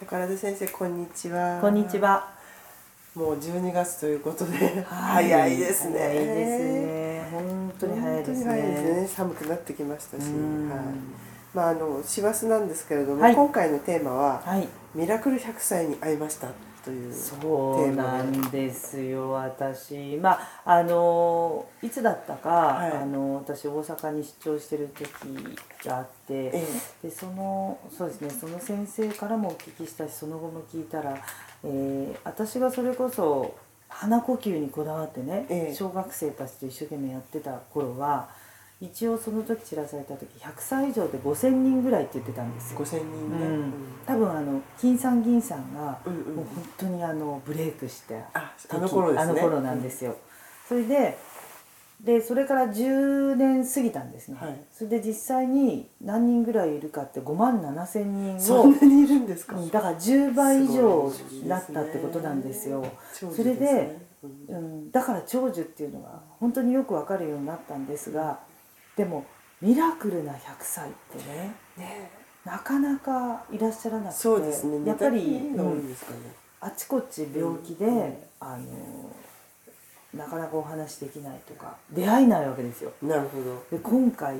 宝田先生こんにちは。こんにち。は。もう12月ということで、はい早いですね。早いですね。本当に早いですね。本当に早いですね寒くなってきましたし、うんはい。まああの師走なんですけれども、はい今回のテーマは、はい。ミラクル100歳に会いましたというそうなんですよ私まああのいつだったか、はいあの私大阪に出張してる時があって、えでそのそうですねその先生からもお聞きしたしその後も聞いたら、えー私がそれこそ鼻呼吸にこだわってね、ええ小学生たちと一生懸命やってた頃は一応その時知らされた時100歳以上で5,000人ぐらいって言ってたんですよ。 5000人ね。うん多分あの金さん銀さんがうんうんもう本当にあのブレイクしてああの頃ですねあの頃なんですよ、それででそれから10年過ぎたんですね、はいそれで実際に何人ぐらいいるかって5万7千人そんなにいるんですか。うんだから10倍以上になったってことなんですよ長寿それすでね、うんうん、だから長寿っていうのが本当によくわかるようになったんですがでもミラクルな100歳ってねねなかなかいらっしゃらなくてそうですね。やっぱり、似たりがう多いんんですかね。あちこち病気で、うんあのなかなかお話できないとか出会えないわけですよなるほど。で今回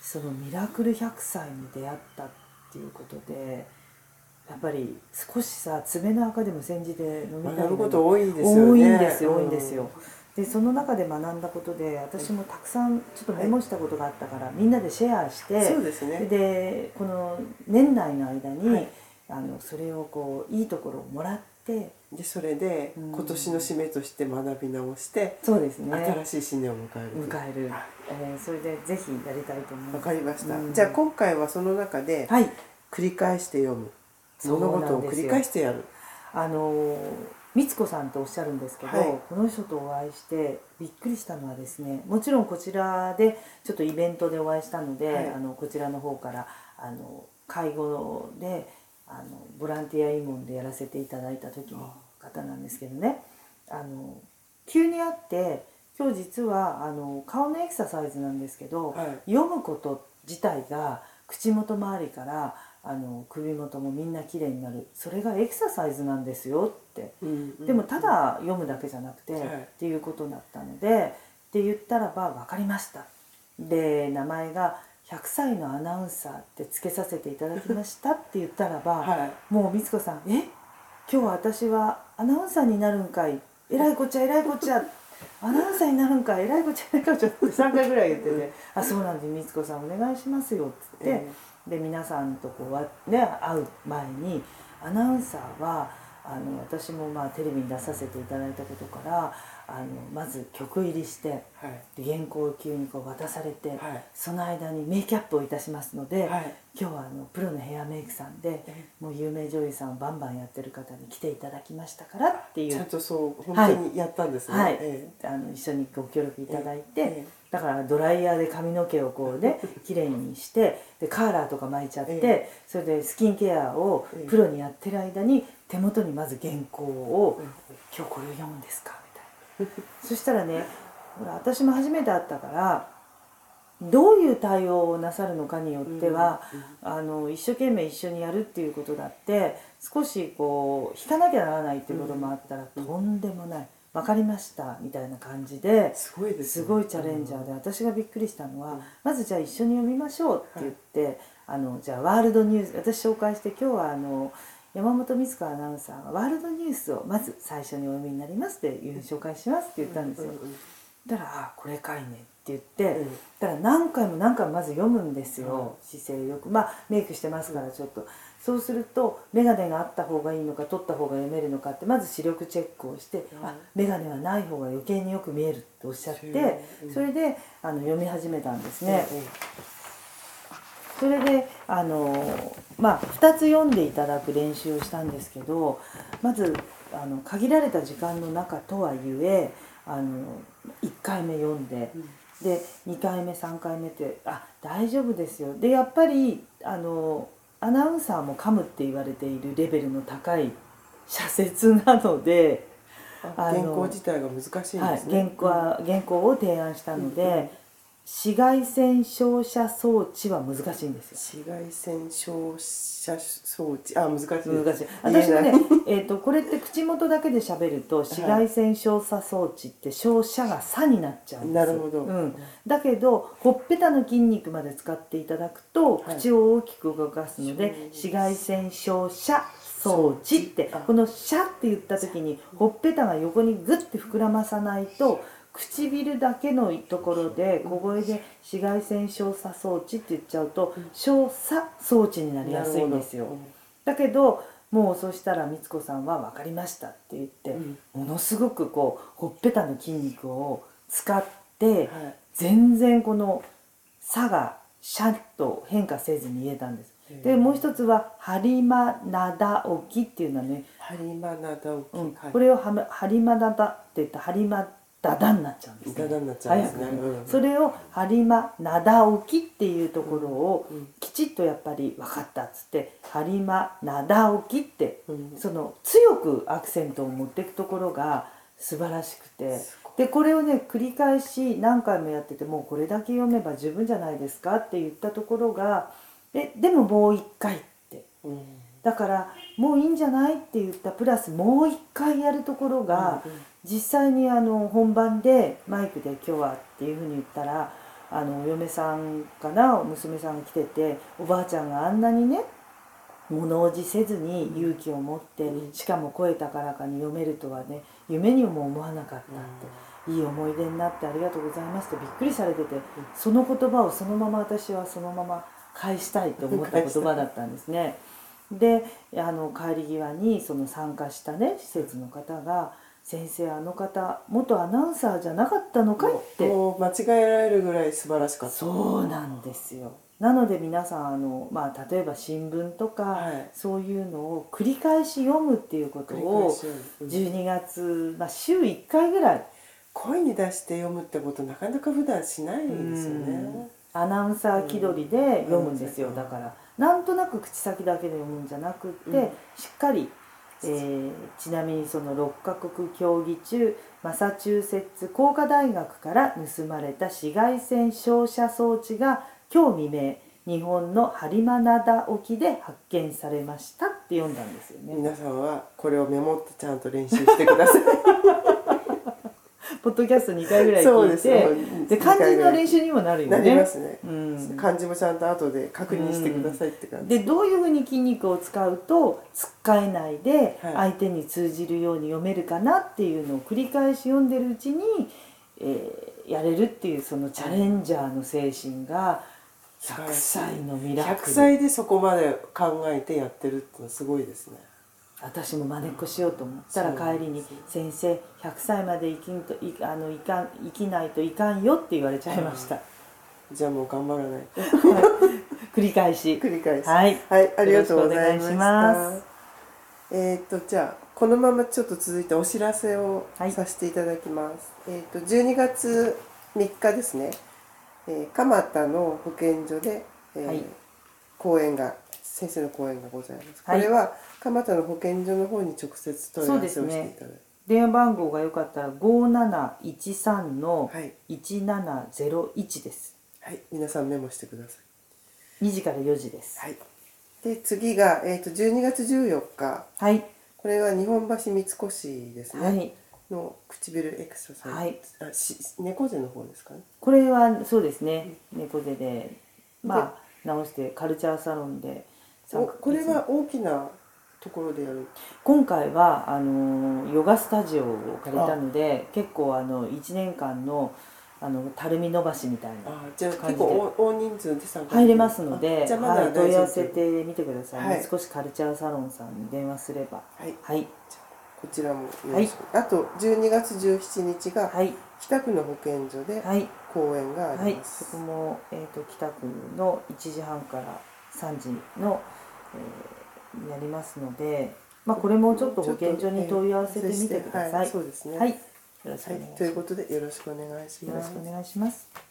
そのミラクル100歳に出会ったっていうことでやっぱり少しさ爪の赤でも煎じて飲みたい学ぶのこと多いですよね。多いんですよ、う多いんですよ。でその中で学んだことで私もたくさんちょっとメモしたことがあったから、みんなでシェアしてそうですね。でこの年内の間に、はいあのそれをこういいところをもらってでそれでうん今年の締めとして学び直して、そうですね新しい新年を迎える迎える、えーそれでぜひやりたいと思いわますかりました、うんじゃあ今回はその中ではい繰り返して読むそう物なんです事を繰より返してやるあのみつこさんとおっしゃるんですけど、はいこの人とお会いしてびっくりしたのはですねもちろんこちらでちょっとイベントでお会いしたので、はいあのこちらの方からあの介護であのボランティア慰問でやらせていただいた時の方なんですけどねあの急に会って今日実はあの顔のエクササイズなんですけど、はい読むこと自体が口元周りからあの首元もみんな綺麗になるそれがエクササイズなんですよって、うんうんでもただ読むだけじゃなくて、はいっていうことだったのでって言ったらば「分かりました」で名前が「100歳のアナウンサー」ってつけさせていただきましたって言ったらば、はいもう美津子さん「え今日は私はアナウンサーになるんかいえらいこっちゃえらいこっちゃアナウンサーになるんかいえらいこっちゃえらいこっちゃ」って3回ぐらい言ってて「あそうなんで美津子さんお願いしますよ」っつって、えで皆さんとこうわ、ね、会う前にアナウンサーはあの私もまあテレビに出させていただいたことからあのまず曲入りして。はいで原稿を急にこう渡されて、はいその間にメイキャップをいたしますので、はい今日はあのプロのヘアメイクさんでもう有名女優さんをバンバンやってる方に来ていただきましたからっていちゃんう、とそう本はい当にやったんですね、はいえあの一緒にご協力いただいて、ええだからドライヤーで髪の毛をこう ね綺麗にしてでカーラーとか巻いちゃって、えそれでスキンケアをええプロにやってる間に手元にまず原稿をえ「今日これを読むんですか?」みたいな そしたらねほら私も初めて会ったからどういう対応をなさるのかによっては、あの一生懸命一緒にやるっていうことだって少しこう引かなきゃならないっていうこともあったら、とんでもない「分かりました」みたいな感じで。すごいですね、すごいチャレンジャーで私がびっくりしたのは、まずじゃあ一緒に読みましょうって言って、あのじゃあワールドニュース私紹介して今日はあの山本美津子アナウンサーがワールドニュースをまず最初にお読みになりますっていう紹介しますって言ったんですよ。うんうんだからあ「これかいね」って言って、うんだから何回も何回もまず読むんですよ、姿勢よくまあメイクしてますからちょっと、そうすると眼鏡があった方がいいのか取った方が読めるのかってまず視力チェックをして、うんあ眼鏡はない方が余計によく見えるっておっしゃって、うんそれであの読み始めたんですね。ええそれであのまあ2つ読んでいただく練習をしたんですけどまずあの限られた時間の中とはいえあの1回目読んで、で2回目3回目ってあ大丈夫ですよでやっぱりあのアナウンサーも噛むって言われているレベルの高い社説なので。ああの原稿自体が難しいんはでいす、ね、原稿は原稿を提案したので、紫外線照射装置は難しいんですよ。紫外線照射装置あ難しい難しい言えない私もね、えー、とこれって口元だけで喋ると紫外線照射装置って照射が「差になっちゃうんですなるほどうん、だけどほっぺたの筋肉まで使っていただくと、はい口を大きく動かすのでそう紫外線照射装置って装置あこの「シャ」って言った時にほっぺたが横にグッて膨らまさないと唇だけのところで小声で紫外線照射装置って言っちゃうと照射装置になりやすいんですよ。なるほだけどもうそしたら美津子さんは「分かりました」って言って、ものすごくこうほっぺたの筋肉を使って、どはい全然この差がシャッと変化せずに言えたんです。へえでもう一つは「ハリマナダオキ」っていうのはね、ハリマナダオキ、うんはいこれをはめ「ハリマナダ」って言ったハリマダダ」になっちゃうんです、ダダになっちゃうんですね早くうんそれを「ハリマナダオキ」っていうところをうんきちっとやっぱり分かったっつって「ハリマナダオキ」ってうんその強くアクセントを持っていくところが素晴らしくてすごでこれをね繰り返し何回もやっててもうこれだけ読めば十分じゃないですかって言ったところがえでももう一回ってうんだからもういいんじゃないって言ったプラスもう一回やるところが、うんうん実際にあの本番でマイクで「今日は」っていうふうに言ったらあのお嫁さんかなお娘さんが来てておばあちゃんがあんなにね物おじせずに勇気を持って、うんしかも声高らかに読めるとはね夢にも思わなかったって。いい思い出になってありがとうございますとびっくりされててその言葉をそのまま私はそのまま返したいと思った言葉だったんですね。であの帰り際にその参加したね施設の方が「先生あの方元アナウンサーじゃなかったのかい?」ってもう間違えられるぐらい素晴らしかったそうなんですよなので皆さんあの、まあ、例えば新聞とか、はいそういうのを繰り返し読むっていうこと繰り返をし読むうん12月、まあ、週1回ぐらい声に出して読むってことなかなか普段しないんですよねアナウンサー気取りで読むんですよ、うんだからなんとなく口先だけで読むんじゃなくって、うんしっかり、えーちなみにその6カ国競技中マサチューセッツ工科大学から盗まれた紫外線照射装置が今日未明日本の播磨灘沖で発見されましたって読んだんですよね、皆さんはこれをメモってちゃんと練習してくださいポッドキャスト2回ぐらいそう聞でいすてで漢字の練習習にもなるよなねりますねうん、漢字もちゃんと後で確認してくださいって感じでどういうふうに筋肉を使うとつっかえないではい相手に通じるように読めるかなっていうのを繰り返し読んでるうちに、えーやれるっていうそのチャレンジャーの精神が100歳のミラ100クル歳でそこまで考えてやってるってのはすごいですね私も真似っこしようと思ったらそう帰りにそう「先生100歳まで生きんといあのいかん生きないといかんよ」って言われちゃいました、じゃあもう頑張ら ない繰り返し繰り返しはいありがとうございまよろしくお願いししたますえーっとじゃあこのままちょっと続いてお知らせをはいさせていただきます、えーっと12月3日ですね、えー蒲田の保健所で、えーはい講演が先生の講演がございます、はいこれは蒲田の保健所の方に直接問い合わせをしていただいて、電話番号がよかったら5713のはい1701です、はい皆さんメモしてください2時から4時ですはい、で次が、えー、と12月14日はいこれは日本橋三越ですね、はいの唇エクササイズ、はいあし猫背の方ですかねこれはそうですね猫背でまあ直してカルチャーサロンで参お加これは大きなところでやる今回はあのヨガスタジオを借りたので結構あの1年間のあのたるみ伸ばしみたいなあじゃあ感じ結で構大大人数で参加入れますのあで、じゃあまだはい、問大い合丈わ夫とせいうことでてみてください、はい少しカルチャーサロンさんに電話すればはいはいこちらもよろしく、あと12月17日がはい北区の保健所ではい講演があはりいま、そす、こも、えー、と北区の1時半から3時の、えーになりますので、まあ、これもちょっと保健所に問い合わせてみてくださ。はいそうですねはい、よろしくおはい願いします。というよことでよろしくお願いしろましすくお願いします。